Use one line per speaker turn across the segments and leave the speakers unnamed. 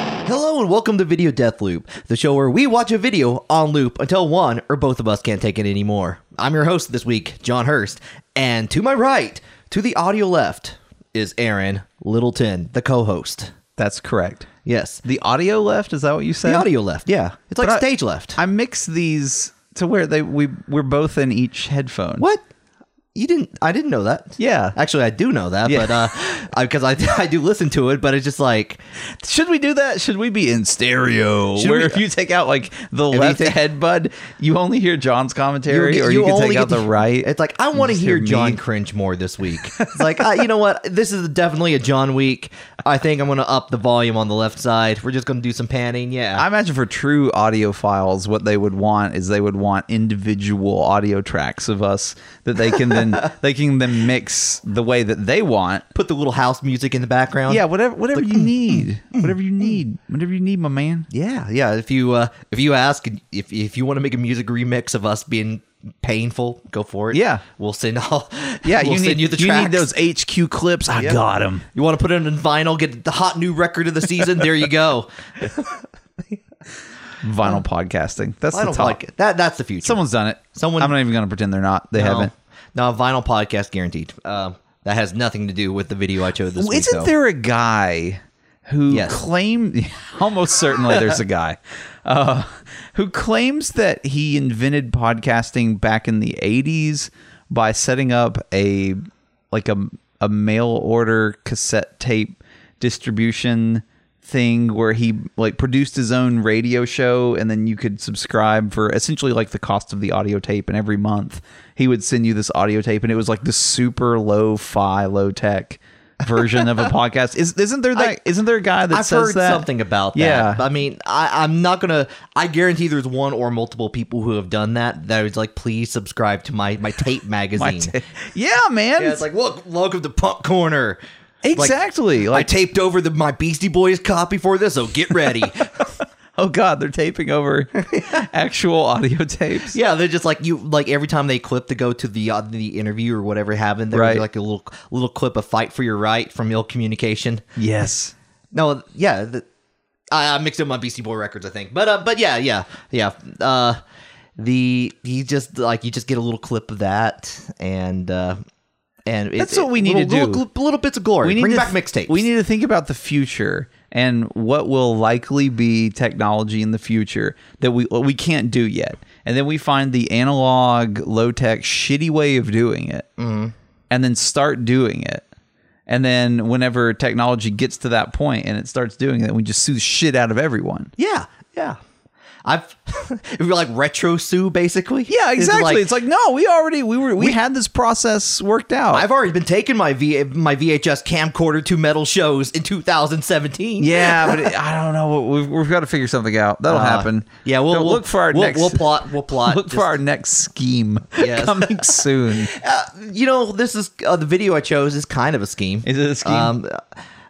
and welcome to Video Death Loop, the show where we watch a video on loop until one or both of us can't take it anymore. I'm your host this week, John Hurst, and to my right, to the audio left, is Aaron Littleton, the co-host.
That's correct.
Yes,
The audio left, is that what you said?
the audio left. Yeah, it's like
But I-
stage left.
I mix these to where they we we're both in each headphone.
what? Uh, You didn't? I didn't know that.
Yeah.
actually, I do know that,
Yeah.
but because uh, I, 'cause I I do listen to it, but it's just like
Should we do that? Should we be in stereo?
Should
where
we- uh,
if you take out like the
you
left
take-
headbud, you only hear John's commentary,
get-
or you, can
only
take
get
out the
to-
right.
It's like I want to
just
hear
hear me.
John cringe more this week. It's like uh, you know what? This is definitely a John week. I think I'm going to up the volume on the left side. We're just going to do some panning. Yeah,
I imagine for true audio files, what they would want is they would want individual audio tracks of us that they can then they can then mix the way that they want.
put the little house music in the background.
Yeah, whatever whatever you need, whatever you need, whatever you need, my man.
mm, yeah, yeah. If you uh, if you ask if if you want to make a music remix of us being painful, go for it.
Yeah.
we'll send all.
Yeah,
we'll
you
send
need
you the
you need
tracks.
those HQ clips. I
Yeah.
got them.
You want to put it in vinyl, get the hot new record of the season. There you go.
Vinyl podcasting. That's
I
the
don't
top.
like it. That that's the future.
Someone's done it.
Someone-
I'm not even gonna pretend they're not. They haven't.
No, vinyl podcast guaranteed. Um, that has nothing to do with the video I chose this week.
Isn't
though.
there a guy who
Yes.
claimed? Almost certainly, there's a guy uh, who claims that he invented podcasting back in the '80s by setting up a like a a mail order cassette tape distribution thing where he like produced his own radio show and then you could subscribe for essentially like the cost of the audio tape and every month he would send you this audio tape and it was like the super low fi low tech version of a podcast is isn't there that
I-
not there a guy that
I've
says
heard
that?
something about that.
Yeah.
I mean, I, I'm not gonna. I guarantee there's one or multiple people who have done that. That was like, please subscribe to my my tape magazine.
My ta- yeah man
Yeah, it's like, look, welcome to Punk Corner. Like,
exactly
I
like,
taped over the my Beastie Boys copy for this, so get ready.
oh god they're taping over actual audio tapes
yeah, they're just like you. Like every time they clip to go to the uh, the interview or whatever happened, there would be
Right.
like a little little clip of "Fight for Your Right" from Ill Communication.
yes
No, yeah, the, I, I mixed up my Beastie Boy records, I think. But uh, but yeah, yeah, yeah. Uh, the you just like you just get a little clip of that, and uh, and it-
That's what we need
little-
to do.
Little, gl- little bits of glory. Bring
to
back
th-
mixtapes.
We need to think about the future and what will likely be technology in the future that we what we can't do yet, and then we find the analog, low tech, shitty way of doing it, and then start doing it. And then whenever technology gets to that point and it starts doing it, we just sue the shit out of everyone.
yeah, yeah. I've if you're like retro sue basically.
Yeah,
It's
exactly. It's like,
like,
no, we already we were we, had this process worked out.
I've already been taking my v- my VHS camcorder to metal shows in 2017.
yeah, but it, I don't know. We've, we've got to figure something out. That'll
Uh,
happen.
yeah, we'll-
Don't
we'll-
look for our
we'll-
next.
we'll plot- we'll plot
Look
just-
for our next scheme
Yes.
coming soon.
Uh, you know, this is uh, the video I chose is kind of a scheme.
Is it a scheme?
Um,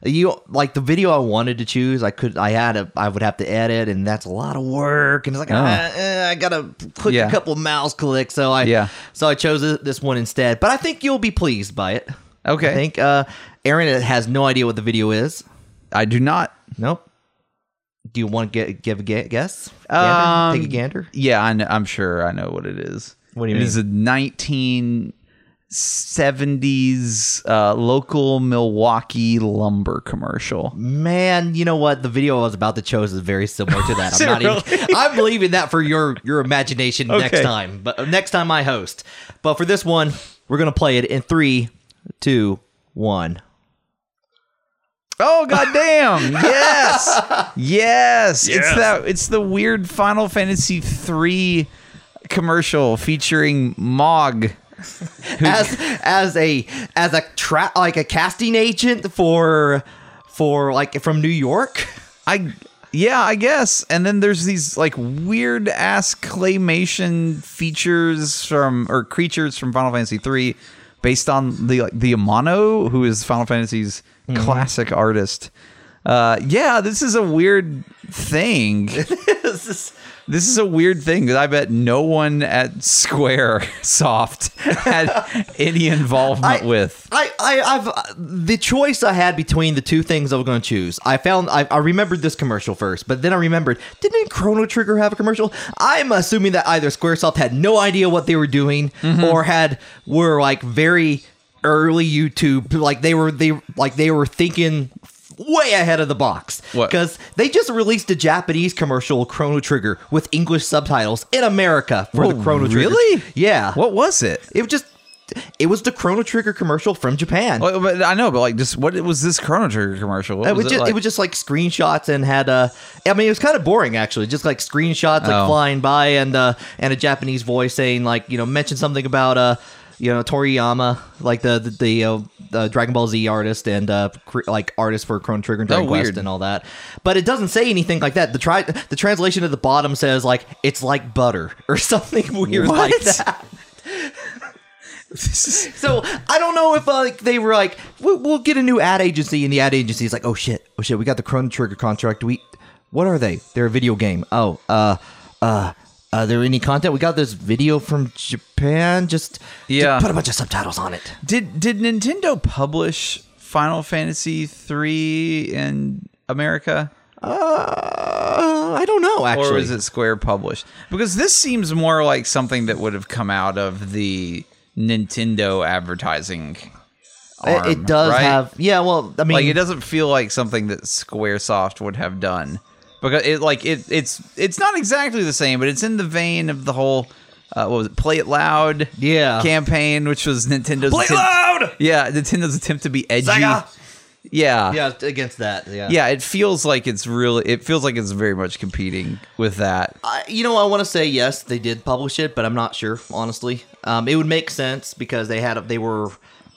you like the video I wanted to choose. I could, I had a, I would have to edit, and that's a lot of work. And it's like, ah, eh, I gotta click
Oh. Yeah.
a couple mouse clicks. So I,
Yeah.
So I chose thi- this one instead. But I think you'll be pleased by it.
Okay.
I think uh, Aaron has no idea what the video is.
I do not.
Nope. Do you want to get, give a ga- guess?
Um,
Gander? Take a gander.
Yeah, I know, I'm sure I know what it is.
What do you
It is a 1970s uh, local Milwaukee lumber commercial.
Man, you know what? The video I was about to chose is very similar to that. I'm not even, I'm leaving that for your your imagination next
Okay.
time. But uh, next time I host. But for this one, we're gonna play it in three, two, one.
Oh goddamn! yes, yes, It's that. It's the weird Final Fantasy three commercial featuring Mog.
As as a as a tra- like a casting agent for for like from New York.
I yeah, I guess. And then there's these like weird ass claymation features from or creatures from Final Fantasy 3 based on the like the Amano who is Final Fantasy's classic artist. Uh yeah, this is a weird thing.
this is
This is a weird thing that I bet no one at Square Soft had any involvement with.
I, I, I've the choice I had between the two things I was going to choose. I found I, I remembered this commercial first, but then I remembered didn't Chrono Trigger have a commercial? I'm assuming that either SquareSoft had no idea what they were doing,
Mm-hmm.
or had were like very early YouTube, like they were they like they were thinking way ahead of the box
What?
because they just released a Japanese commercial Chrono Trigger with English subtitles in America for the
Whoa,
Chrono Trigger.
Oh, really?
Yeah.
What was it?
It was just it was the Chrono Trigger commercial from Japan.
Well, but I know, but like, just what was this Chrono Trigger commercial? What
it was, just
like?
it was just like screenshots and had uh I mean it was kind of boring actually just like screenshots like
Oh.
flying by and uh and a Japanese voice saying like you know mention something about uh you know Toriyama like the the, the, uh, the Dragon Ball Z artist and uh cre- like artist for Chrono Trigger and Dragon Quest
Oh, weird.
and all that but it doesn't say anything like that the try the translation at the bottom says like it's like butter or something weird like
What?
that so I don't know if uh, like, they were like, we'll, we'll get a new ad agency, and the ad agency is like, oh shit, oh shit, we got the Chrono Trigger contract. We, what are they? They're a video game. Oh, uh, uh, are there any content? We got this video from Japan. Just
Yeah.
just put a bunch of subtitles on it.
Did did Nintendo publish Final Fantasy three in America,
Uh, I don't know actually.
or was it Square published? Because this seems more like something that would have come out of the Nintendo advertising.
It-
Arm,
it, does
right?
have yeah. Well, I mean,
like it doesn't feel like something that SquareSoft would have done because it like it it's it's not exactly the same, but it's in the vein of the whole uh, what was it? Play it loud,
Yeah.
campaign, which was Nintendo's
play
attempt-
loud.
yeah, Nintendo's attempt to be edgy.
Sega!
Yeah.
Yeah, against that. Yeah.
Yeah, it feels like it's really. It feels like it's very much competing with that.
I, you know, I want to say yes, they did publish it, but I'm not sure, honestly. Um, it would make sense because they had they were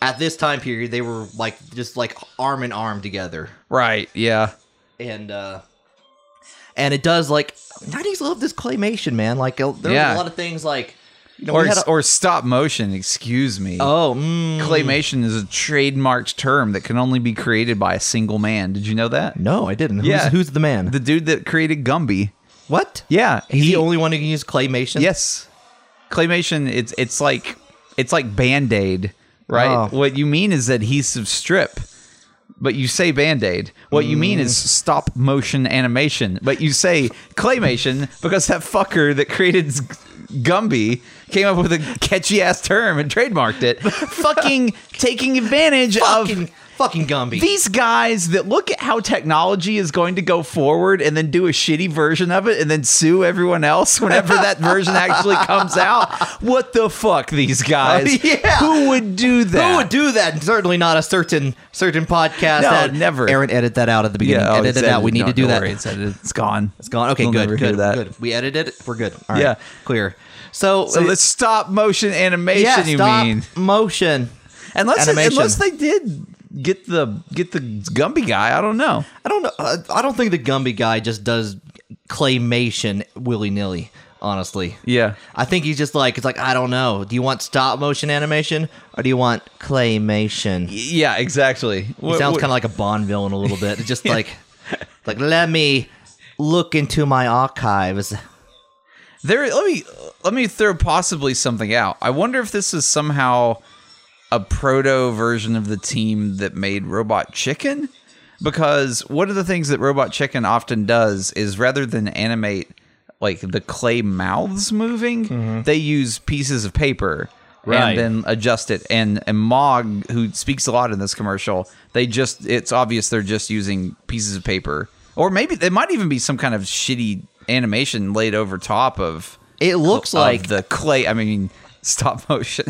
at this time period they were like just like arm in arm together,
Right. Yeah.
and uh, and it does like 90s love this claymation man. Like uh, there was a
Yeah.
lot of things like you know, we
Or
had a-
or stop motion. Excuse me.
oh mm,
Claymation is a trademarked term that can only be created by a single man. Did you know that?
no, I didn't.
Yeah.
Who's, who's the man?
The dude that created Gumby.
what?
Yeah,
he's the only one who can use claymation.
Yes, claymation. It's it's like it's like band aid, right?
Oh.
What you mean is adhesive strip, but you say band aid. What you mean
Mm.
is stop motion animation, but you say claymation because that fucker that created Z- Gumby came up with a catchy ass term and trademarked it, fucking taking advantage
fucking
of.
fucking Gumby.
These guys that look at how technology is going to go forward and then do a shitty version of it and then sue everyone else whenever that version actually comes out. What the fuck, these guys?
Oh, yeah.
Who would do that?
Who would do that? And certainly not a certain certain podcast.
No,
that
never.
Aaron, edit that out at the beginning.
oh,
edit
it's
it out. We
edited.
need to
Don't-
do
don't
that.
worry, it's, edited. it's gone.
It's gone. Okay,
You'll
good.
never
Good.
hear that.
Good. We edited it. We're good. All right.
Yeah.
Clear. So, uh,
So the stop motion animation,
yeah,
you
stop
mean?
motion.
Unless it-
animation.
unless they did get the get the Gumby guy, I don't know.
I don't know. I I don't think the Gumby guy just does claymation willy nilly. Honestly,
Yeah.
I think he's just like it's like I don't know. Do you want stop motion animation or do you want claymation?
Yeah, exactly.
He sounds kind of like a Bond villain a little bit. It's just like, like let me look into my archives.
There, let me let me throw possibly something out. I wonder if this is somehow a proto version of the team that made Robot Chicken, because one of the things that Robot Chicken often does is rather than animate like the clay mouths moving, they use pieces of paper
Right.
and then adjust it. And and Mog, who speaks a lot in this commercial, they just it's obvious they're just using pieces of paper, or maybe it might even be some kind of shitty animation laid over top of
It looks
of
like
the clay. I mean, stop motion.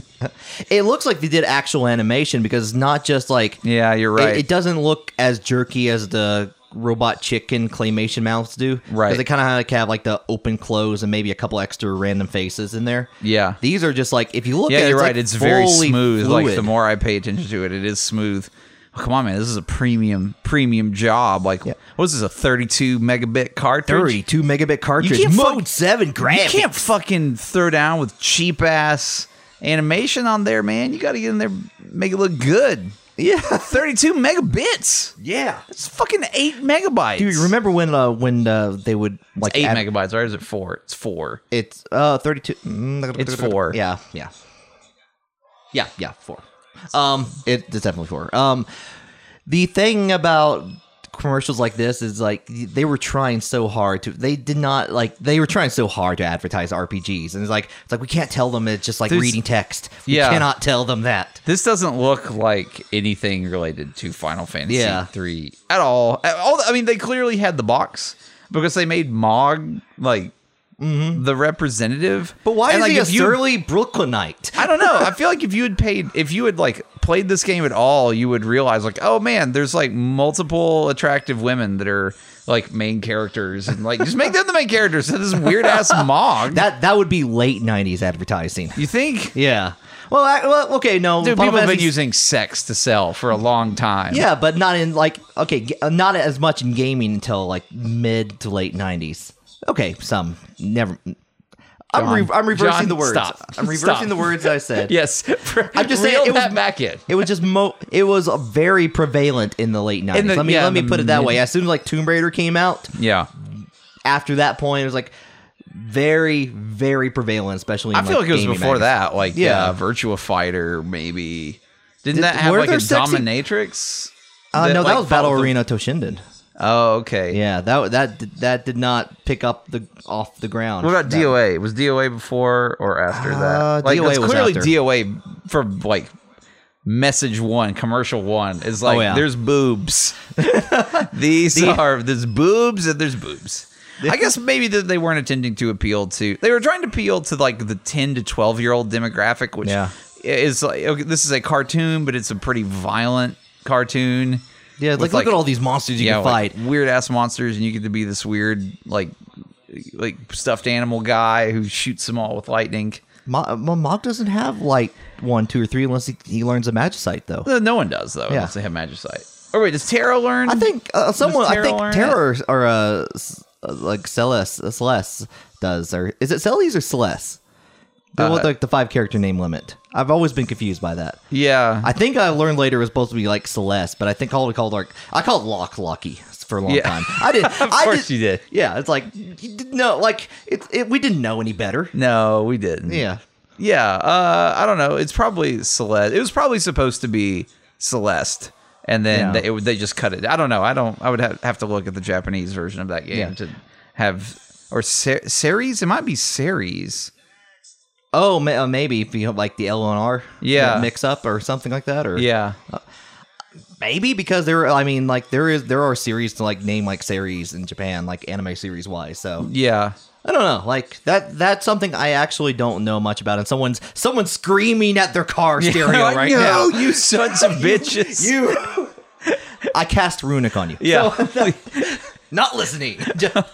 it looks like they did actual animation because it's not just like
yeah, you're
it-
right.
It, doesn't look as jerky as the robot chicken claymation mouths do. 'Cause
Right.
They kind of like have like the open close and maybe a couple extra random faces in there.
Yeah.
These are just like if you look
yeah,
at it,
you're
it's,
right.
like,
it's very
fully
smooth. Like the
fluid.
more I pay attention to it, it is smooth. Oh, come on, man, this is a premium premium job. Like, what is this? A 32 megabit cartridge?
32 megabit cartridge
can't fuck-
mode 7
You
graphics.
can't fucking throw down with cheap ass animation on there, man. You got to get in there, make it look good.
Yeah.
32 megabits.
Yeah.
It's fucking eight megabytes.
Dude, remember when uh, when uh, they would like
It's eight
add-
megabytes, right? Is it four? It's four.
It's uh 32.
It's four.
Yeah, yeah. Yeah, yeah, four. Um it, it's definitely four. Um the thing about commercials like this is like they were trying so hard to they did not like they were trying so hard to advertise RPGs and it's like it's like we can't tell them it's just like
There's-
reading text. We
Yeah.
cannot tell them that.
This doesn't look like anything related to Final Fantasy
Yeah.
three at all. At all. I mean, they clearly had the box because they made Mog like the representative.
Mm-hmm. But why
And,
is
like,
he a
if you-
surly Brooklynite?
I don't know. I feel like if you had paid, if you had like played this game at all, you would realize like, oh man, there's like multiple attractive women that are like main characters, and like just make them the main characters. So this weird ass Mog.
That that would be late 90s advertising.
you think?
Yeah. Well, I, well okay, no.
Dude,
Final
people have been
Fantasy's-
using sex to sell for a long time.
Yeah, but not in like okay, g- uh, not as much in gaming until like mid to late nineties. Okay, some never. mm. I'm re-
John.
I'm reversing
John,
the words.
stop.
I'm reversing
Stop.
the words I said.
Yes.
I'm just saying
Reel
it was
that back in.
It was just mo. It was uh, very prevalent in the late nineties.
the-
Let me
yeah,
let me
the
put it that
mid-
way. As soon as like Tomb Raider came out,
Yeah.
after that point, it was like very very prevalent, especially. In,
I feel like, it was
gaming
before
magazines.
that. Like, yeah,
Yeah.
Virtua Fighter, maybe. Didn't
Did-
that have
were
like
there
a
sexy-
dominatrix?
Uh, no, that
like,
was Battle
followed the-
Arena Toshinden.
Oh, okay.
Yeah, that that that did not pick up the off the ground.
What about
That-
DOA? Was DOA before or after
Uh,
that? Like,
DOA
it's
was
clearly
after.
DOA for like message one, commercial one is like
Oh, yeah.
there's boobs. These are there's boobs and there's boobs. I guess maybe that they weren't intending to appeal to. They were trying to appeal to like the ten to twelve year old demographic, which
Yeah.
is like okay, this is a cartoon, but it's a pretty violent cartoon.
Yeah,
with,
like, look at all these monsters you can
like,
fight.
weird ass monsters, and you get to be this weird like like stuffed animal guy who shoots them all with lightning.
Ma- Ma- Mog doesn't have like one, two, or three unless he, he learns a magicite though.
Uh, No one does though, unless they have magicite. Oh wait, does Tara learn?
I think uh, someone, I
Tara
think
learn
Terror or uh, s- uh, like Celeste, uh, Celeste does, or is it Celes or Celeste? The,
Uh,
with, like the five character name limit. I've always been confused by that.
Yeah,
I think I learned later it was supposed to be like Celeste, but I think all we called like I called Lock Lucky for a long
Yeah.
time. I did.
Of
I
course
did,
you did.
Yeah, it's like you didn't know, like it, it. We didn't know any better.
no, we didn't.
Yeah.
yeah. Uh, I don't know. It's probably Celeste. It was probably supposed to be Celeste. And then
Yeah.
they, it, they just cut it. I don't know. I don't. I would have, have to look at the Japanese version of that game
Yeah.
to have or Ser- Ceres. It might be Ceres.
Oh, ma- uh, maybe if you have, like the L and R,
Yeah.
mix up or something like that, or
Yeah.
maybe because there. I mean, like there is there are series to like name like series in Japan, like anime series wise. So
Yeah.
I don't know, like that that's something I actually don't know much about. And someone's someone's screaming at their car stereo
Like,
right
no,
now.
you sons of bitches.
You, I cast runic on you.
yeah.
Not listening. Just-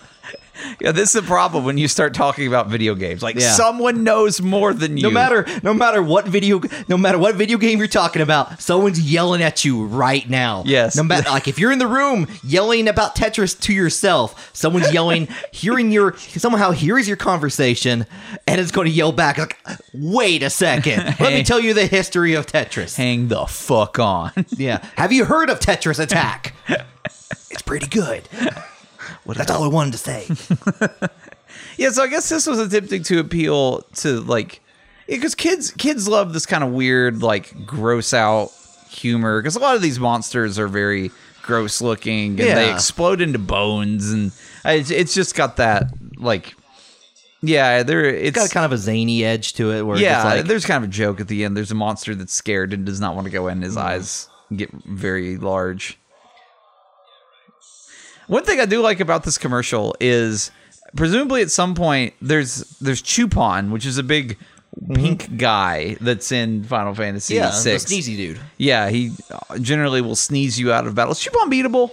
yeah, this is the problem when you start talking about video games. Like
Yeah.
someone knows more than you.
No matter no matter what video no matter what video game you're talking about, someone's yelling at you right now.
Yes.
No matter like if you're in the room yelling about Tetris to yourself, someone's yelling, hearing your somehow hears your conversation, and it's going to yell back like, "Wait a second, let me tell you the history of Tetris."
hang the fuck on.
Yeah. Have you heard of Tetris Attack? it's pretty good. That's all I wanted to say.
yeah, so I guess this was attempting to appeal to like because kids kids love this kind of weird like gross out humor because a lot of these monsters are very gross looking and they
Yeah.
explode into bones and it's, it's just got that like yeah there it's
Got kind of a zany edge to it where
yeah,
it's like
there's kind of a joke at the end. There's a monster that's scared and does not want to go in.
Hmm.
His eyes get very large. One thing I do like about this commercial is presumably at some point there's there's Chupon, which is a big pink guy that's in Final Fantasy
Mm-hmm. yeah, the
six.
sneezy dude.
Yeah, he uh, generally will sneeze you out of battle. Is Chupon beatable?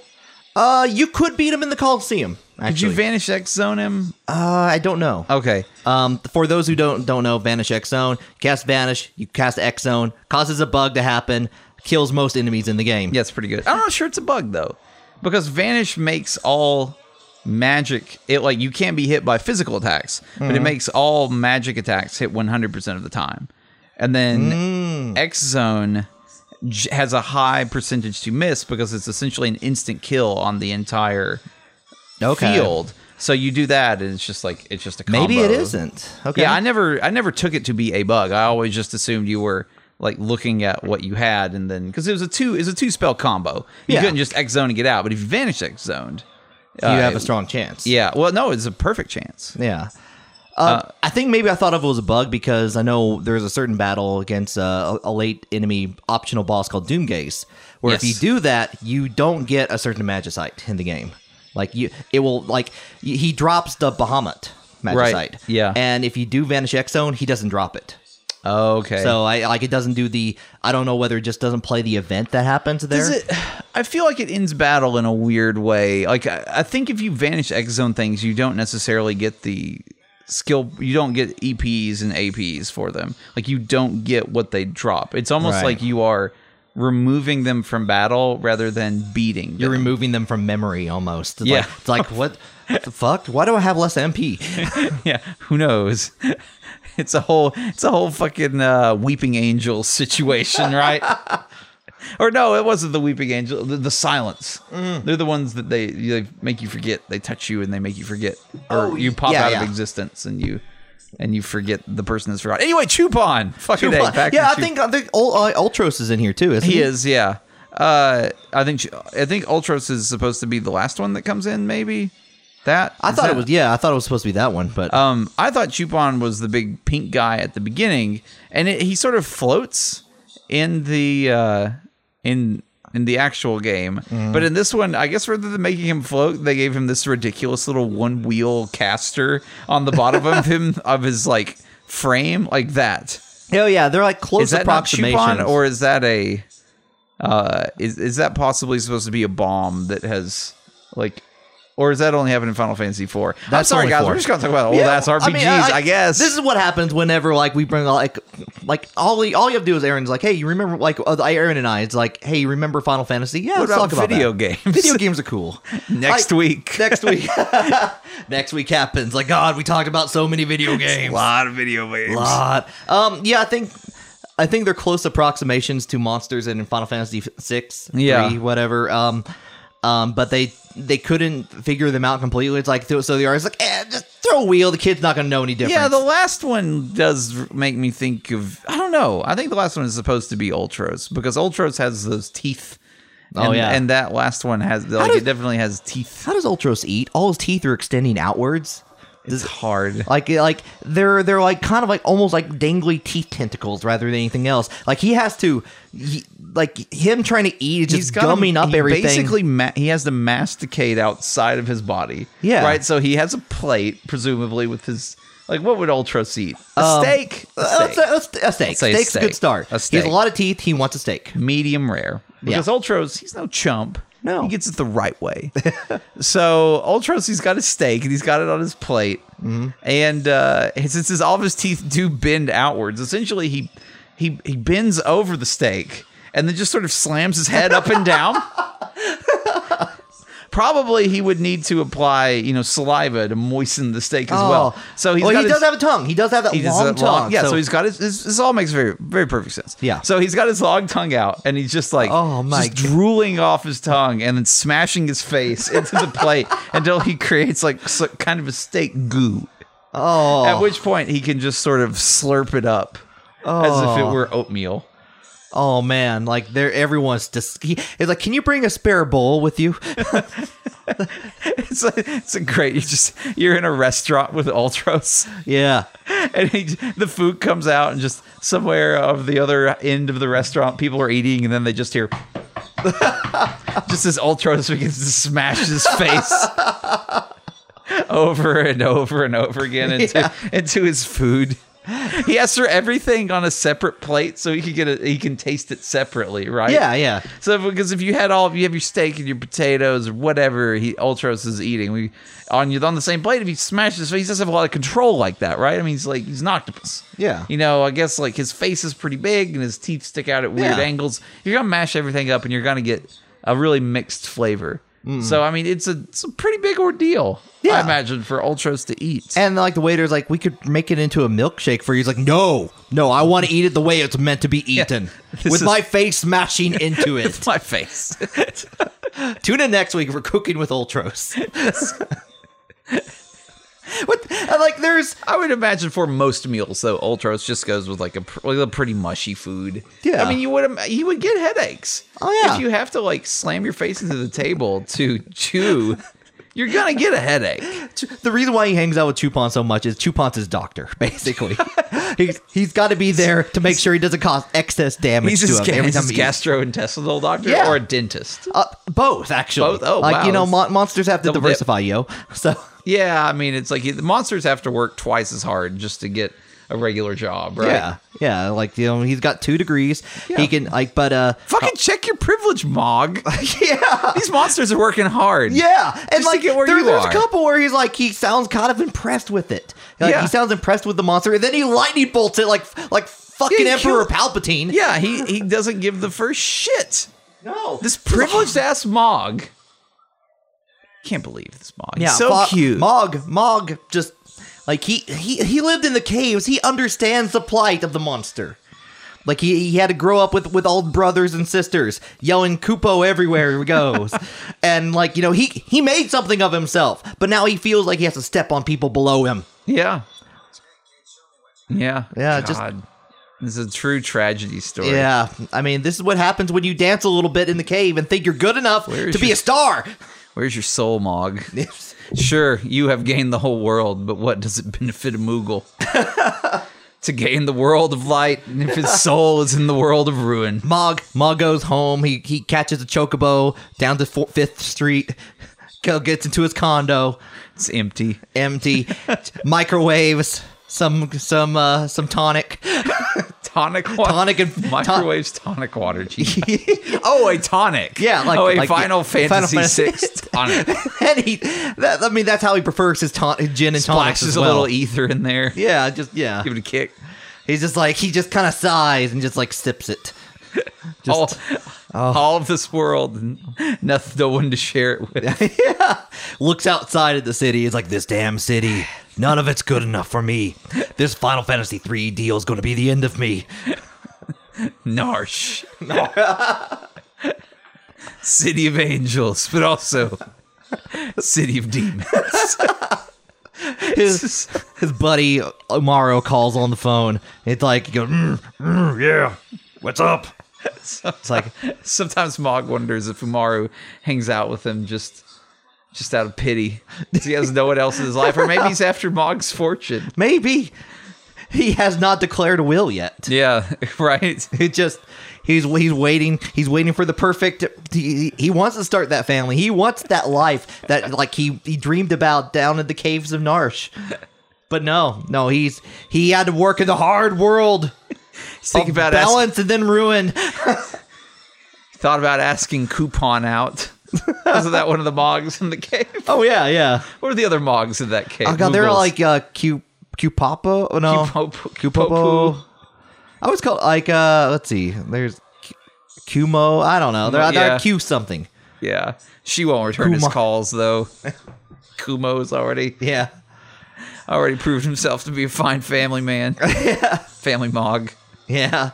Uh, you could beat him in the Coliseum.
Did you
Actually,
vanish X zone him?
uh, I don't know.
Okay.
Um, for those who don't don't know, Vanish X Zone. Cast Vanish, you cast X Zone, causes a bug to happen, kills most enemies in the game.
Yeah, it's pretty good. I'm not sure it's a bug though, because vanish makes all magic. It like you can't be hit by physical attacks, but it makes all magic attacks hit 100 percent of the time. And then X zone j- has a high percentage to miss because it's essentially an instant kill on the entire
Okay.
field. So you do that, and it's just like it's just a combo.
Maybe it isn't. Okay.
Yeah, I never I never took it to be a bug. I always just assumed you were like looking at what you had, and then because it was a two is a two spell combo. You
Yeah.
couldn't just X zone and get out, but if you vanish X zoned,
you have a strong chance.
yeah. Well, no, it's a perfect chance.
Yeah. Uh, I think maybe I thought of it was a bug because I know there was a certain battle against uh, a a late enemy optional boss called Doomgaze, where if you
Yes.
do that, you don't get a certain magicite in the game. Like you, it will like y- he drops the Bahamut magicite.
Right. Yeah.
and if you do Vanish X Zone, he doesn't drop it.
Okay.
So I like it doesn't do the. I don't know whether it just doesn't play the event that happens there.
Is it? I feel like it ends battle in a weird way. Like I, I think if you vanish X zone things, you don't necessarily get the skill. You don't get EPs and APs for them. Like you don't get what they drop. It's almost
Right.
like you are removing them from battle rather than beating.
You're
them.
removing them from memory almost. It's
Yeah.
like, it's like what the fuck? Why do I have less MP?
yeah. Who knows? It's a whole. It's a whole fucking uh, weeping angel situation, right? or no, it wasn't the weeping angel. The, the silence.
Mm.
They're the ones that they they make you forget. They touch you and they make you forget, or
Oh,
you pop
yeah,
out
yeah.
of existence and you and you forget the person that's forgotten. Anyway, Chupon. Fucking A,
Well,
back to
yeah, I
Chupon.
think I think Ul- uh, Ultros is in here too. Isn't he,
he is. Yeah. Uh, I think I think Ultros is supposed to be the last one that comes in. Maybe that
I
is
thought
that-
it was. Yeah, I thought it was supposed to be that one, but
Um, I thought Chupon was the big pink guy at the beginning, and it, he sort of floats in the uh, in in the actual game. But in this one, I guess rather than making him float, they gave him this ridiculous little one wheel caster on the bottom of him of his like frame, like that.
oh yeah, they're like
Is
close
that not
approximations.
Chupon, or is that a uh, is is that possibly supposed to be a bomb that has like? Or is that only happening in Final Fantasy IV? I'm
That's
sorry,
only
guys.
four.
We're just gonna talk about old
Yeah,
ass RPGs, I,
mean,
guess.
this is what happens whenever like we bring like like all we- all you have to do is Aaron's like, hey, you remember like uh, Aaron and I? It's like, hey, you remember Final Fantasy? Yeah, let's
about
talk about
video
that.
games?
Video games are cool.
next
Like,
week.
Next week, next week happens. Like God, we talked about so many video games.
lot of video games.
lot. Um, yeah, I think I think they're close approximations to monsters in Final Fantasy VI,
Yeah.
three, whatever. Um, um, but they they couldn't figure them out completely. It's like so they are. It's like eh, just throw a wheel. The kid's not gonna know any difference.
Yeah, the last one does make me think of I don't know. I think the last one is supposed to be Ultros because Ultros has those teeth.
Oh,
and,
yeah.
and that last one has like
does-
it definitely has teeth.
How does Ultros eat? All his teeth are extending outwards.
It's hard.
Like eh, like they're they're like kind of like almost like dangly teeth tentacles rather than anything else. Like he has to, he, like him trying to eat is just
got
gumming
him-
up
he
everything.
Basically, ma- he has to masticate outside of his body.
Yeah.
right. So he has a plate, presumably with his like what would Ultros eat? A steak. A
Uh, let's-
steak.
let's- a steak.
say a
Steak's a
steak.
good start.
A
He
steak.
has a lot of teeth. He wants a steak.
medium rare because
Yeah.
Ultros, he's no chump.
No.
he gets it the right way. so Ultros, he's got his steak and he's got it on his plate.
Mm-hmm.
And uh, since his all of his teeth do bend outwards, essentially he he he bends over the steak and then just sort of slams his head up and down. Probably he would need to apply, you know, saliva to moisten the steak as well. So he's
Oh. well,
got
he
his,
does have a tongue. He does have that
he does
long
that
tongue.
long- yeah, so, he's got his, his. This all makes very, very perfect sense.
Yeah.
So he's got his long tongue out, and he's just like,
Oh, my
just drooling off his tongue, and then smashing his face into the plate until he creates like so, kind of a steak goo.
oh,
At which point he can just sort of slurp it up as if it
Oh.
were oatmeal.
oh man, like there, everyone's just. He, it's like, can you bring a spare bowl with you?
It's a, it's a great. You just you're in a restaurant with ultras.
yeah,
and he, the food comes out and just somewhere of the other end of the restaurant people are eating and then they just hear just as ultros begins to smash his face over and over and over again into into his food he asks for everything on a separate plate so he can get a, he can taste it separately right
yeah, yeah.
so because if you had all you have your steak and your potatoes or whatever he Ultros is eating, we on you on the same plate. If he smashes his face, he doesn't have a lot of control like that, right? I mean, he's like he's an octopus.
Yeah.
you know, I guess like his face is pretty big and his teeth stick out at weird
Yeah.
angles. You're gonna mash everything up and you're gonna get a really mixed flavor. So I mean, it's a it's a pretty big ordeal.
Yeah.
I imagine for ultras to eat.
And like the waiter's like, we could make it into a milkshake for you. He's like, no, no, I want to eat it the way it's meant to be eaten,
This
with
is-
my face smashing into it.
my face.
Tune in next week for cooking with ultros. what? I Like, there's
I would imagine for most meals though, ultras just goes with like a, pr- like a pretty mushy food.
Yeah.
I mean, you would im- you would get headaches.
Oh, yeah.
If you have to like slam your face into the table to chew, you're gonna get a headache.
the reason why he hangs out with Chupon so much is Chupon's his doctor, basically. he's he's got to be there to make sure he doesn't cause excess damage
He's
to
his,
him.
ga-
every
he's
time
his
he eats.
gastrointestinal doctor
Yeah.
or a dentist.
Uh, both, actually.
Both? Oh,
like
wow.
you know, mon- monsters have to
Double dip.
diversify, yo. So
Yeah, I mean, it's like the monsters have to work twice as hard just to get a regular job, right?
yeah, yeah. Like you know, he's got two degrees.
Yeah.
He can like, but uh,
Fucking check your privilege, Mog.
yeah.
These monsters are working hard.
Yeah, and
Just to
like
get where
there-
you
there's
are.
a couple where he's like he sounds kind of impressed with it. Like,
Yeah.
he sounds impressed with the monster, and then he lightning bolts it like like fucking
Yeah, he
Emperor
killed-
Palpatine.
Yeah, he, he doesn't give the first shit.
no,
This privileged ass Mog. Can't believe this Mog.
yeah,
He's so
Fo-
cute.
Mog, Mog, just like he he he lived in the caves. He understands the plight of the monster. Like he, he had to grow up with with old brothers and sisters yelling "Kupo" everywhere he goes, and like you know he he made something of himself, but now he feels like he has to step on people below him.
yeah. Yeah.
Yeah, just-
God. This is a true tragedy story.
Yeah, I mean, this is what happens when you dance a little bit in the cave and think you're good enough
Where's
to be
your-
a star.
Where's your soul, Mog? Sure, you have gained the whole world, but what does it benefit a Moogle? to gain the world of light, and if his soul is in the world of ruin.
Mog, Mog goes home. He he catches a chocobo down to Fo- Fifth Street. Go gets into his condo,
It's empty.
empty, microwaves some some uh, some tonic.
Tonic water.
Tonic and- ton-
microwaves tonic water. Gene. oh, a tonic.
Yeah, like-
oh, a
like-
Final
yeah,
Fantasy
Final
VI
Fantasy-
tonic.
and he, that, I mean, that's how he prefers his, ton- his gin and tonics
Splashes
as well.
a little ether in there.
yeah, just yeah.
Give it a kick.
He's just like he just kind of sighs and just like sips it. Just- oh.
all, all of this world, and nothing, no one to share it with.
looks outside at the city. It's like this damn city. None of it's good enough for me. This Final Fantasy III deal is going to be the end of me.
Narsh. City of angels, but also city of demons.
His, his buddy Amaro calls on the phone. It's like you go, mm, mm, yeah, what's up? It's like
Sometimes Mog wonders if Umaru hangs out with him just just out of pity. 'cause He has no one else in his life, or maybe he's after Mog's fortune.
maybe he has not declared a will yet.
Yeah, right.
It just he's he's waiting he's waiting for the perfect he, he wants to start that family. He wants that life that like he he dreamed about down in the caves of Narsh. But no, no, he's he had to work in the hard world.
He's thinking
of
about ask-
balance and then ruin.
thought about asking Coupon out. Wasn't that one of the Mogs in the cave?
Oh yeah, yeah.
What are the other Mogs in that cave?
Oh god, they're
Moogles.
like uh Q Qpopo? Oh no.
Qpopo-
Qpopo. I was called like uh let's see. There's Q- Qmo, I don't know. They're,
Yeah.
they're Q something.
Yeah. She won't return his
Kuma.
calls though. Kumo's already
Yeah.
already proved himself to be a fine family man. Family Mog.
Yeah.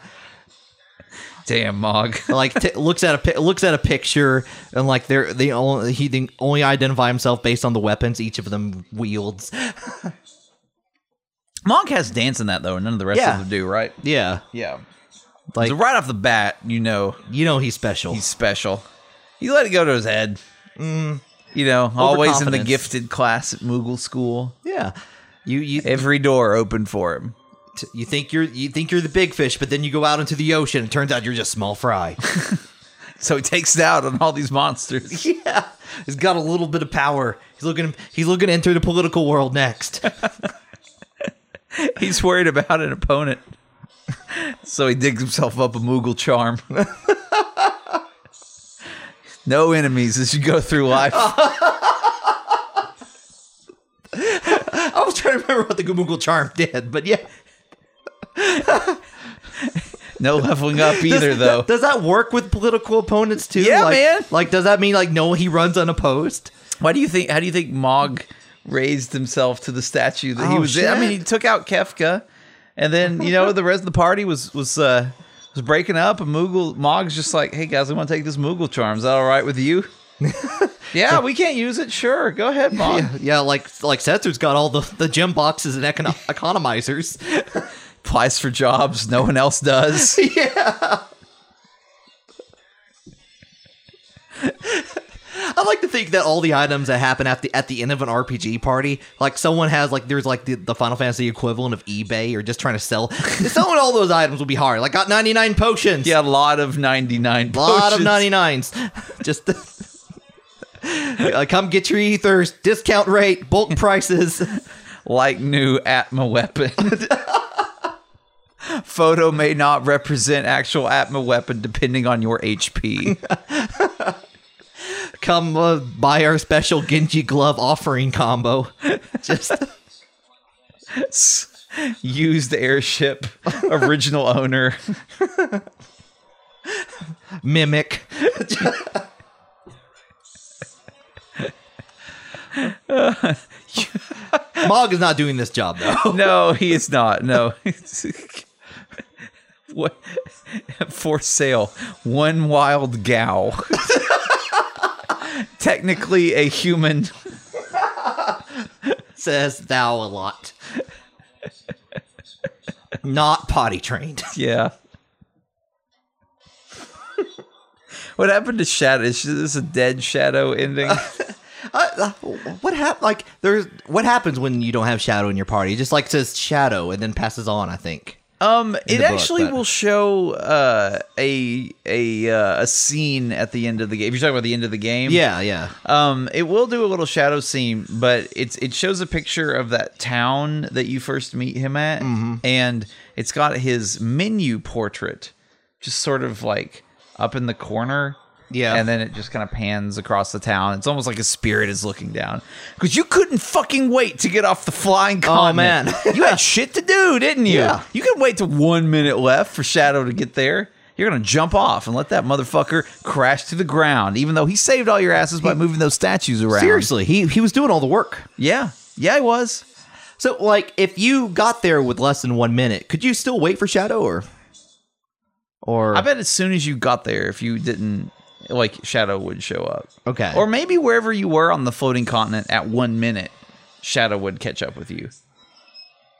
Damn Mog.
like t- looks at a pi- looks at a picture and like they're they only he they only identify himself based on the weapons each of them wields.
Mog has dance in that though, and none of the rest
Yeah.
of them do, right?
Yeah,
Yeah.
like
so right off the bat, you know
you know he's special.
he's special. You let it go to his head. You know, always in the
Mm. Overconfidence.
gifted class at Moogle School.
yeah, you you
Every door open for him.
t- you think you're you think you're the big fish, but then you go out into the ocean. and turns out you're just small fry.
So he takes it out on all these monsters.
yeah, he's got a little bit of power. He's looking he's looking to enter the political world next.
He's worried about an opponent. So he digs himself up a Moogle charm. no enemies as you go through life.
I was trying to remember what the Google charm did, but yeah,
No leveling up either,
does,
though.
Does that work with political opponents too?
Yeah,
like,
man.
Like, does that mean like no, he runs unopposed?
Why do you think? How do you think Mog raised himself to the statue that he
Oh,
was in? I mean, he
shit.
took out Kefka, and then you know the rest of the party was was uh, was breaking up. And Moogle Mog's just like, "Hey guys, I want to take this Moogle charm. Is that all right with you?" yeah, we can't use it. Sure, go ahead, Mog.
Yeah, yeah, like like Setsu's got all the the gem boxes and econo- economizers.
Applies for jobs. No one else does.
I like to think that all the items that happen at the at the end of an RPG party, like someone has like there's like the, the Final Fantasy equivalent of eBay or just trying to sell. selling all those items will be hard. Like got 99 potions.
yeah, a lot of ninety nine.
A lot of 99s. Just Uh, come get your ethers, discount rate, bulk prices.
like new Atma weapon. Photo may not represent actual Atma weapon depending on your HP.
Come uh, buy our special Genji glove offering combo. Just
Used airship, original owner.
mimic. Mog is not doing this job though.
No, he is not. No. what? For sale, one wild gow. Technically a human.
Says thou a lot. Not potty trained.
Yeah. What happened to Shadow? Is this a dead Shadow ending?
Uh, uh, what hap- Like there's what happens when you don't have shadow in your party? It just like says shadow and then passes on. I think.
Um, it
the book,
actually
but-
will show uh, a a uh, a scene at the end of the game. If you're talking about the end of the game,
Yeah, yeah.
Um, it will do a little shadow scene, but it's it shows a picture of that town that you first meet him at,
Mm-hmm.
and it's got his menu portrait, just sort of like up in the corner.
Yeah.
and then it just kind of pans across the town. It's almost like his spirit is looking down because you couldn't fucking wait to get off the flying continent.
Oh, man.
you had shit to do, didn't you?
Yeah.
You could wait to one minute left for Shadow to get there. You're gonna jump off and let that motherfucker crash to the ground, even though he saved all your asses by moving those statues around.
Seriously, he he was doing all the work.
Yeah. Yeah, I was.
So, like, if you got there with less than one minute, could you still wait for Shadow or? Or
I bet as soon as you got there, if you didn't like Shadow would show up.
okay,
Or maybe wherever you were on the floating continent at one minute, Shadow would catch up with you.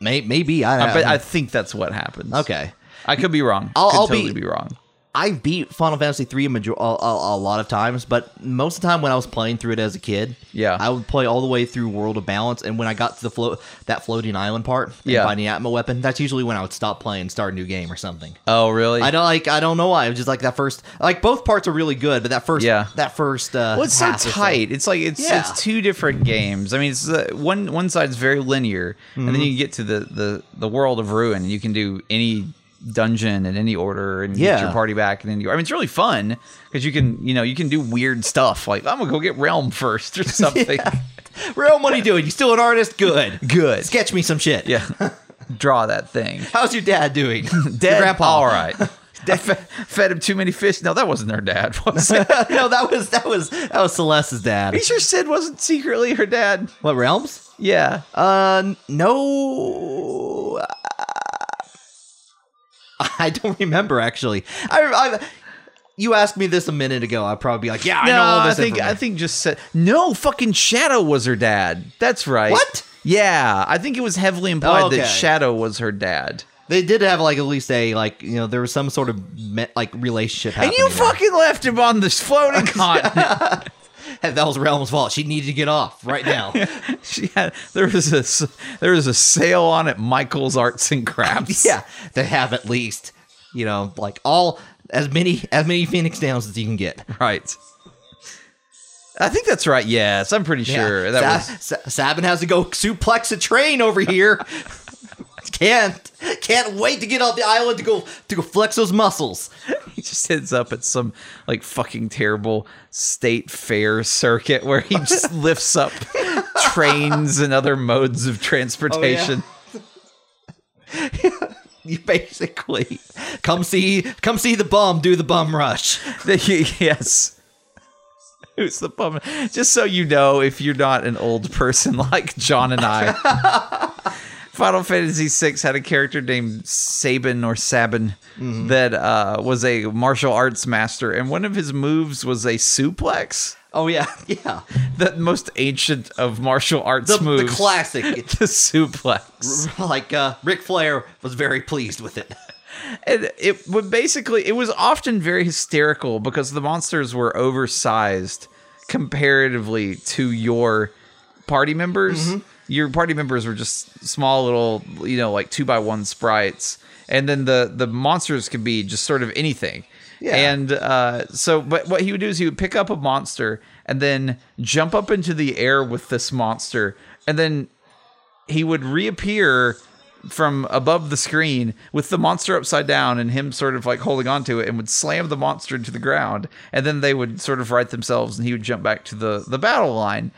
may, maybe I.
I, bet, I
I,
think that's what happens.
okay,
I could be wrong.
I'll-
could
I'll be-
totally be, wrong.
I beat Final Fantasy three a, major- a, a, a lot of times, but most of the time when I was playing through it as a kid,
Yeah.
I would play all the way through World of Balance, and when I got to the float that floating island part, and
Yeah.
finding Atma weapon, that's usually when I would stop playing, and start a new game or something.
Oh, really?
I don't like. I don't know why. It was just like that first. Like both parts are really good, but that first.
Yeah.
That first. Uh,
Well, it's so
half or
tight. It's like it's
Yeah.
it's two different games. I mean, it's uh, one one side's very linear, and then you get to the the the world of ruin. and You can do any dungeon in any order and get
Yeah.
your party back and then you I mean it's really fun because you can you know you can do weird stuff like I'm gonna go get realm first or something
Real money doing. You still an artist? Good.
Good.
Sketch me some shit.
yeah draw that thing
How's your dad doing? Your
Dead?
grandpa.
all right I fe- fed him too many fish no that wasn't her dad was it
no, that was that was that was Celeste's dad.
Pretty sure Sid wasn't secretly her dad
What realms?
yeah
Uh, n- no. I don't remember actually. I, I you asked me this a minute ago. I'd probably be like, yeah, I know all this.
think I
information.
think just said no. Fucking Shadow was her dad. That's right.
What?
Yeah, I think it was heavily implied
Okay.
that Shadow was her dad.
they did have like at least a like you know there was some sort of me- like relationship.
And you
happening
fucking left him on this floating continent.
there. that was realms' fault. She needed to get off right now.
she had, there was a s- there was a sale on at Michael's Arts and Crafts.
Yeah, they have at least, you know, like all as many as many Phoenix Downs as you can get.
right. I think that's right. Yes, I'm pretty sure
Yeah.
that
Sa-
was.
Sa- Sabin has to go suplex a train over here. can't can't wait to get off the island to go to go flex those muscles.
He just ends up at some like fucking terrible state fair circuit where he just lifts up trains and other modes of transportation.
basically come see come see the bum do the bum rush.
yes. Who's the bum? Just so you know, if you're not an old person like John and I, Final Fantasy VI had a character named Sabin or Sabin that uh, was a martial arts master, and one of his moves was a suplex,
Oh yeah, yeah.
the most ancient of martial arts
The, the
moves.
classic.
the suplex.
like uh, Ric Flair was very pleased with it.
And it would basically it was often very hysterical because the monsters were oversized comparatively to your party members.
Mm-hmm.
Your party members were just small little, you know, like two by one sprites, and then the the monsters could be just sort of anything.
Yeah.
And uh, so, but what he would do is he would pick up a monster and then jump up into the air with this monster, and then he would reappear from above the screen with the monster upside down and him sort of like holding onto it and would slam the monster into the ground and then they would sort of right themselves and he would jump back to the the battle line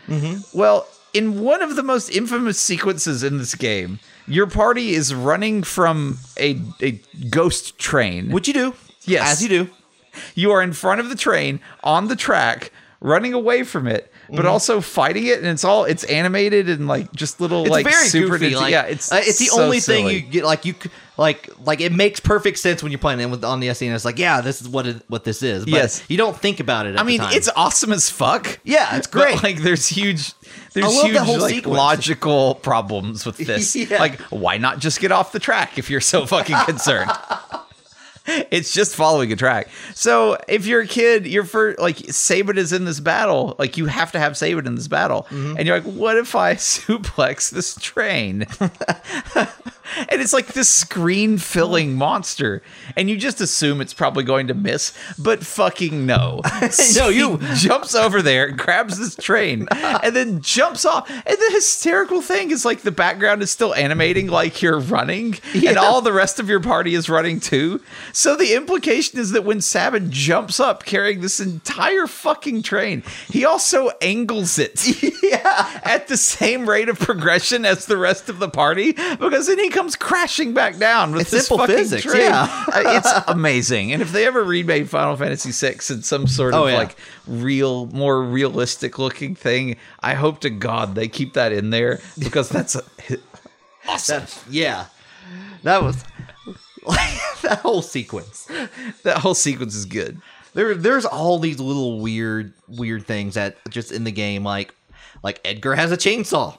well in one of the most infamous sequences in this game your party is running from a, a ghost train
What you do?
Yes.
as you do.
you are in front of the train on the track running away from it
Mm-hmm.
but also fighting it and it's all it's animated and like just little
It's
like
very
super
goofy.
Nintendo-
like,
yeah it's
uh, it's the
so
only thing
silly.
you get. Like you, c- like like it makes perfect sense when you're playing it with, on the SNES. It's like yeah, this is what it, what this is. But
Yes.
you don't think about it. At
I mean,
the time.
it's awesome as fuck.
Yeah, it's
But,
great.
like, there's huge, there's
love that
huge
whole
like
sequence.
logical problems with this.
Yeah.
Like, why not just get off the track if you're so fucking concerned? it's just following a track. So if you're a kid, you're for like Saban is in this battle. Like you have to have Saban in this battle,
Mm-hmm.
and you're like, what if I suplex this train? and it's like this screen filling monster, and you just assume it's probably going to miss, but fucking no.
No, you-
He jumps over there, grabs this train, and then jumps off. And the hysterical thing is like the background is still animating like you're running, and all the rest of your party is running too. So the implication is that when Sabin jumps up carrying this entire fucking train, he also angles it at the same rate of progression as the rest of the party because then he comes crashing back down with
It's
this
simple
fucking
physics,
train.
yeah.
Uh, it's amazing. And if they ever remade Final Fantasy VI in some sort
Oh,
of
yeah.
like real, more realistic looking thing, I hope to God they keep that in there because that's awesome.
That's- yeah. That was that whole sequence.
that whole sequence is good.
There, there's all these little weird, weird things that just in the game, like, like Edgar has a chainsaw,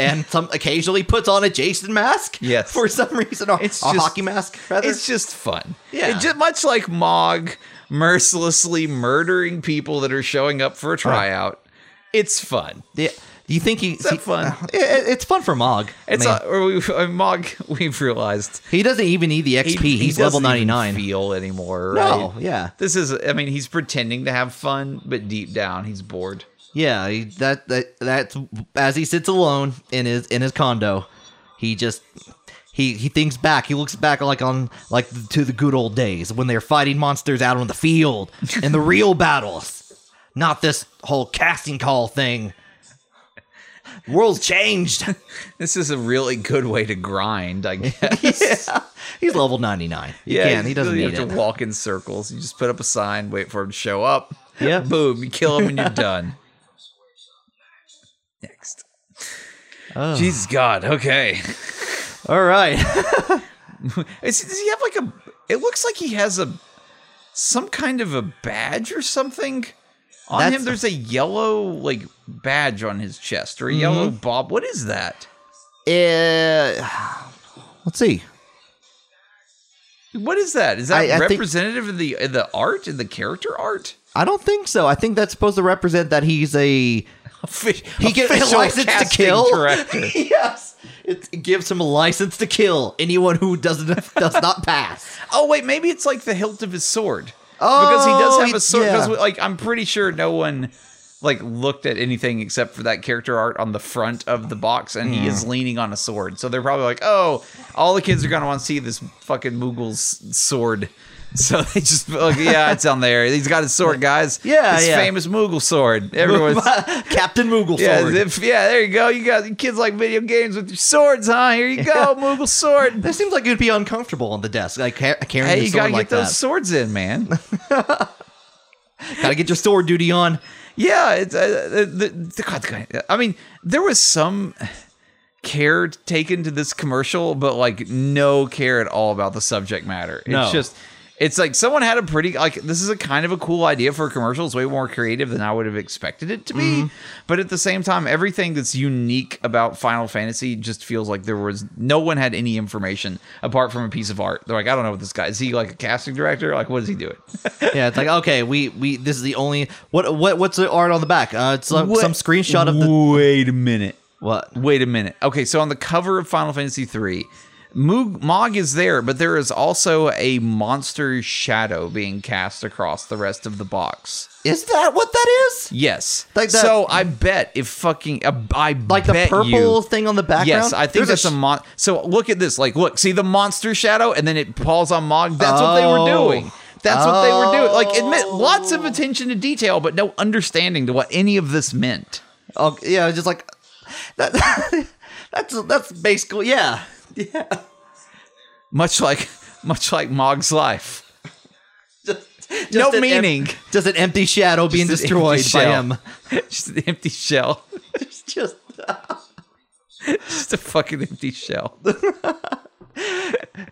and some occasionally puts on a Jason mask.
Yes.
for some reason, or
It's
a
just-
hockey mask. Rather.
It's just fun.
Yeah.
It just, much like Mog mercilessly murdering people that are showing up for a tryout. It's fun.
Yeah. Do you think he?
that
he- uh,
fun?
It, it- it's fun for Mog. I
It's
mean,
a, or we, uh, Mog. We've realized
he doesn't even need the XP. he's
doesn't
level ninety
even
nine.
Feel anymore?
No,
right?
yeah.
This is. I mean, he's pretending to have fun, but deep down, he's bored.
Yeah, he, that that that's as he sits alone in his in his condo, he just he he thinks back. He looks back like on like to the good old days when they're fighting monsters out on the field and the real battles, not this whole casting call thing. World's changed.
This is a really good way to grind, I guess.
He's level ninety nine. Yeah,
you
he doesn't
really
need
have
it.
to walk in circles. You just put up a sign, wait for him to show up.
Yeah.
boom, you kill him and you're done. Next,
Oh.
Jesus God, okay.
All right.
Is, does he have like a? It looks like he has a some kind of a badge or something on
That's-
him. There's a yellow like badge on his chest or a yellow
Mm-hmm.
bob. What is that?
Uh, let's see.
What is that? Is that
I- I think-
representative of the of the art and the character art?
I don't think so. I think that's supposed to represent that he's a he gets a license to kill. yes, it, it gives him a license to kill anyone who doesn't does not pass.
Oh wait, maybe it's like the hilt of his sword.
Oh,
because he does have
he-
a sword. Because
yeah.
like I'm pretty sure no one like looked at anything except for that character art on the front of the box, and he
Hmm.
is leaning on a sword. So they're probably like, oh, all the kids are gonna want to see this fucking Moogle's sword. So they just like, yeah, it's on there. He's got his sword, guys.
Yeah,
his
yeah.
famous Moogle sword. Everyone's
Captain Moogle
yeah,
sword.
if- yeah. There you go. You got you kids like video games with your swords, huh? Here you go, Moogle sword.
That seems like it'd be uncomfortable on the desk, like ca- carrying
Hey,
a
you
sword
gotta get
like
those
that.
swords in, man.
Gotta get your sword duty on.
Yeah, it's, uh, the, the, the, God, the- I mean, there was some care taken to this commercial, but like no care at all about the subject matter. It's
No.
just, it's like someone had a pretty like this is a kind of a cool idea for a commercial. It's way more creative than I would have expected it to
Mm-hmm.
be, but at the same time, everything that's unique about Final Fantasy just feels like there was no one had any information apart from a piece of art. They're like, I don't know what this guy is. He like a casting director? Like, what is he doing?
Yeah, it's like okay, we we this is the only what what what's the art on the back? Uh, it's like some screenshot of the
Wait a minute.
what?
Wait a minute. Okay, so on the cover of Final Fantasy III, Moog, Mog is there, but there is also a monster shadow being cast across the rest of the box.
Is that what that is?
Yes.
Like that-
so I bet if fucking uh, I
Like the
bet
purple
you-
thing on the background.
Yes, I think
There's
that's a,
sh-
mon. So look at this. Like, look, see the monster shadow, and then it falls on Mog. That's what they were
Oh.
doing. That's what they were doing. Like, admit
Oh.
lots of attention to detail, but no understanding to what any of this meant.
oh, yeah, it's just like that, that's that's basically yeah.
Much like, much like Mog's life.
Just, just
No
an em-
meaning.
just an empty shadow being
Just an
destroyed
empty
by
shell.
him.
just an empty shell.
It's just
Just a fucking empty shell.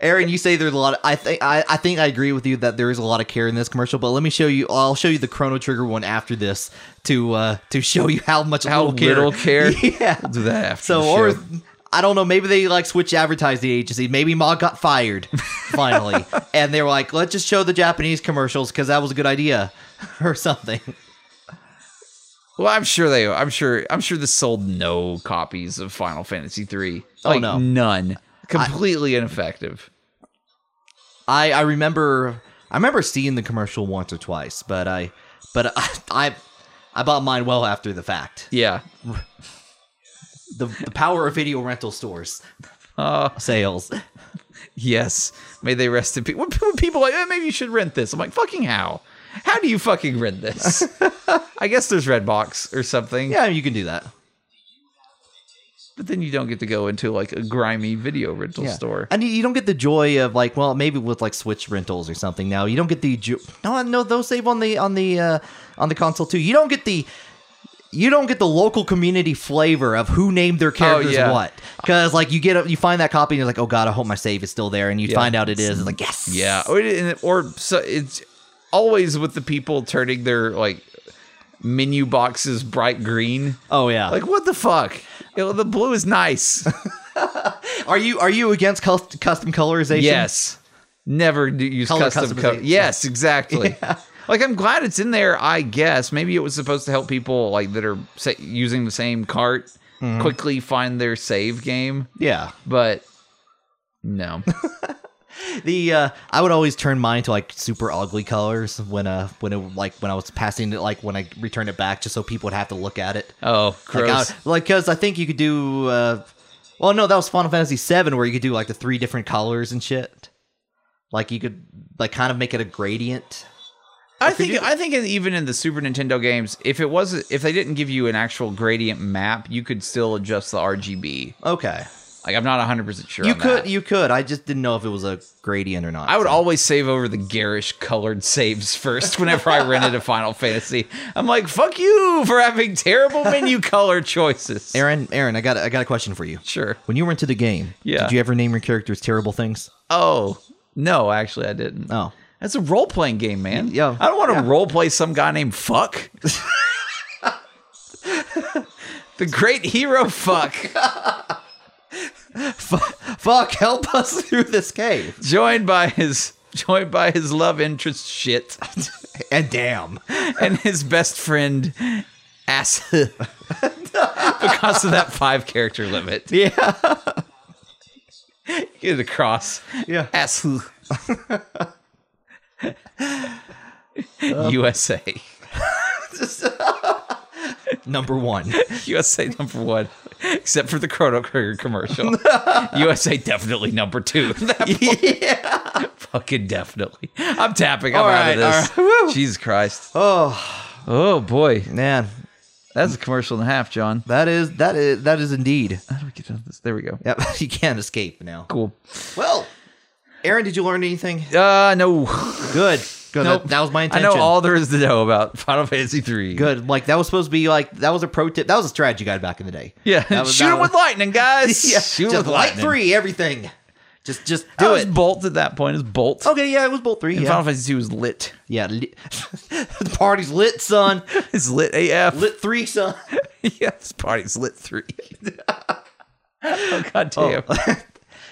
Aaron, you say there's a lot. Of, I think I, I think I agree with you that there is a lot of care in this commercial. But let me show you. I'll show you the Chrono Trigger one after this to uh, to show you how much
How little care.
Yeah.
We'll do that after.
So
the
or
show.
I don't know. Maybe they like switch advertise the agency. Maybe Ma got fired finally, and they were like, let's just show the Japanese commercials because that was a good idea or something.
well, I'm sure they. I'm sure. I'm sure this sold no copies of Final Fantasy three.
Oh,
Like,
no.
none. Completely ineffective.
I I remember I remember seeing the commercial once or twice, but I but I I, I bought mine well after the fact.
Yeah.
the, the power of video rental stores
Uh,
sales.
yes. May they rest in peace. When when people are like, eh, maybe you should rent this. I'm like, fucking how? How do you fucking rent this? I guess there's Redbox or something.
Yeah, you can do that.
But then you don't get to go into like a grimy video rental store.
and you, you don't get the joy of like, well, maybe with like Switch rentals or something. Now you don't get the jo- no, no, those save on the on the uh, on the console too. You don't get the you don't get the local community flavor of who named their characters
Oh, yeah.
what because like you get a, you find that copy and you're like, oh god, I hope my save is still there, and you find out it is. It's like yes,
Yeah, or, and- or so it's always with the people turning their like menu boxes bright green.
oh yeah.
Like what the fuck? You know, the blue is nice.
are you are you against cus- custom colorization?
yes, never do use
Color
custom. Co-
customization.
yes, exactly.
Yeah.
Like I'm glad it's in there. I guess maybe it was supposed to help people like that are sa- using the same cart
Mm-hmm.
quickly find their save game,
Yeah.
but no.
The uh, I would always turn mine to like super ugly colors when uh when it like when I was passing it like when I returned it back just so people would have to look at it.
Oh,
Like, I-
gross.
Like because I think you could do. Uh, well, no, that was Final Fantasy VII where you could do like the three different colors and shit. Like you could like kind of make it a gradient.
I think I think in- even in the Super Nintendo games, if it was if they didn't give you an actual gradient map, you could still adjust the RGB.
Okay.
Like I'm not 100 percent sure.
You
on
could
that.
you could. I just didn't know if it was a gradient or not.
I would always save over the garish colored saves first whenever I rented a Final Fantasy. I'm like, fuck you for having terrible menu color choices.
Aaron, Aaron, I got a, I got a question for you.
Sure.
When you were into the game,
Yeah.
did you ever name your characters terrible things?
Oh no, actually I didn't.
Oh.
That's a role playing game, man.
Yeah.
I don't want to role play some guy named Fuck. the great hero Fuck.
Fuck, help us through this cave.
joined by his joined by his love interest shit
And damn.
and his best friend ass because of that five character limit
Yeah.
get across
Yeah.
ass USA
Number one.
USA number one except for the Chrono Trigger commercial USA definitely number two
yeah.
fucking definitely. I'm tapping. I'm
All
out
right,
of this.
all right. Woo.
Jesus Christ.
Oh
Oh boy,
man,
that's a commercial and a half, John.
that is that is that is indeed.
How do we get done with this? There we go.
Yep, you can't escape now.
Cool.
Well, Aaron, did you learn anything?
Uh, no.
Good. Good.
Nope.
That, that was my
I
intention.
know all there is to know about Final Fantasy three.
Good. Like that was supposed to be like that was a pro tip. That was a strategy guide back in the day.
Yeah.
That was-
Shoot
that
him with
was-
lightning, guys.
Yeah.
Shoot him
just
with
light
lightning.
three everything. Just just
That
do
was
it.
Bolt at that point. Is Bolt.
Okay. Yeah, it was bolt three.
And
yeah.
Final Fantasy two is lit.
yeah. Li- the party's lit, son.
It's lit AF.
lit three, son.
yeah, this party's lit three. oh god damn.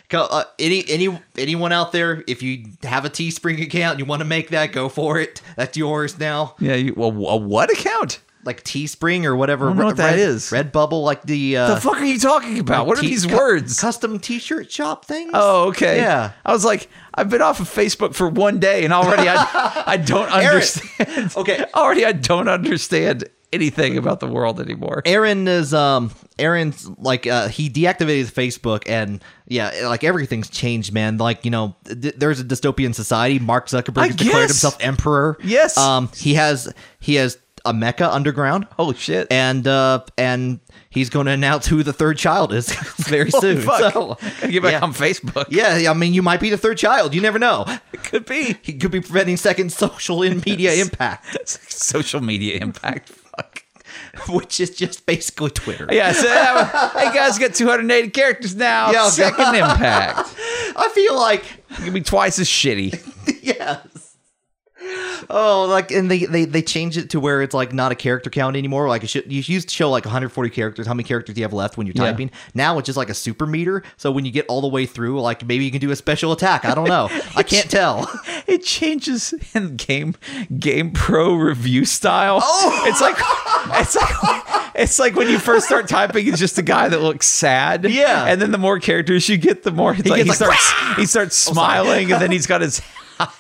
Go, uh, any any anyone out there? If you have a Teespring account and you want to make that, go for it. That's yours now.
Yeah, you, well, a what account?
Like Teespring or whatever.
I don't know what that
Red,
is.
Redbubble, like the uh,
The fuck are you talking about? What are
T-
these
cu-
words?
Custom T-shirt shop things.
Oh, okay.
Yeah.
I was like, I've been off of Facebook for one day, and already I, I don't understand.
Okay.
already I don't understand anything about the world anymore.
Aaron is um Aaron's like uh he deactivated Facebook and yeah like everything's changed man like you know th- there's a dystopian society Mark Zuckerberg
I
has declared
guess.
himself emperor
Yes.
um he has he has a mecca underground
Holy shit!
and uh and he's going to announce who the third child is very
Holy
soon
fuck.
so
Gotta get back
yeah.
on Facebook.
yeah I mean you might be the third child you never know
It could be
he could be preventing second social and media
Yes.
impact
social media impact. Fuck.
which is just basically Twitter
Yeah. So, that was- hey guys, got 280 characters now.
Yeah, okay.
Second impact.
I feel like
It could be twice as shitty.
yes. Oh, like and they they they change it to where it's like not a character count anymore. Like it should, you used to show like 140 characters. How many characters do you have left when you're
Yeah.
typing? Now it's just like a super meter. So when you get all the way through, like maybe you can do a special attack. I don't know. I can't tell.
It changes in game game pro review style. Oh, it's like it's like it's like when you first start typing, it's just a guy that looks sad.
Yeah.
and then the more characters you get, the more it's like, he
gets like,
starts he starts smiling, and then he's got his.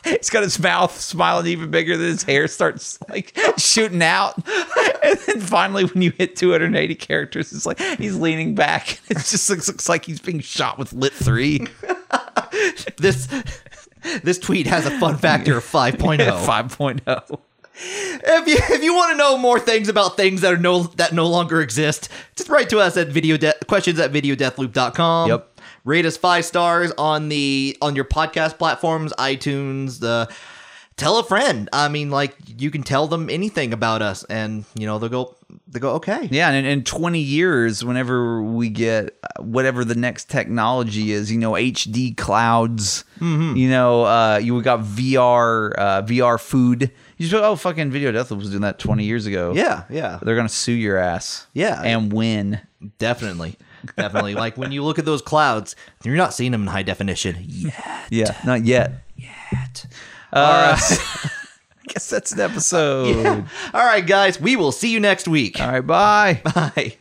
He's got his mouth smiling even bigger than his hair starts like shooting out. And then finally when you hit 280 characters, it's like he's leaning back. It just looks, looks like he's being shot with lit three.
This this tweet has a fun factor of oh. 5.0.
5.0.
If you if you want to know more things about things that are no that no longer exist, just write to us at video de- questions at videodeathloop.com.
Yep.
Rate us five stars on the on your podcast platforms, iTunes, the tell a friend. I mean, like you can tell them anything about us and you know they'll go they go, okay.
Yeah, and in- in 20 years, whenever we get uh, whatever the next technology is, you know, HD clouds,
Mm-hmm.
you know, uh, you we got VR, uh, VR food. You just go, oh, fucking Video Death was doing that 20 years ago.
Yeah, yeah.
They're going to sue your ass.
Yeah.
And win.
Definitely. Definitely. like when you look at those clouds, you're not seeing them in high definition yet.
Yeah, not yet.
All
Uh,
right.
I guess that's an episode.
All right, guys. We will see you next week.
All right, bye.
Bye.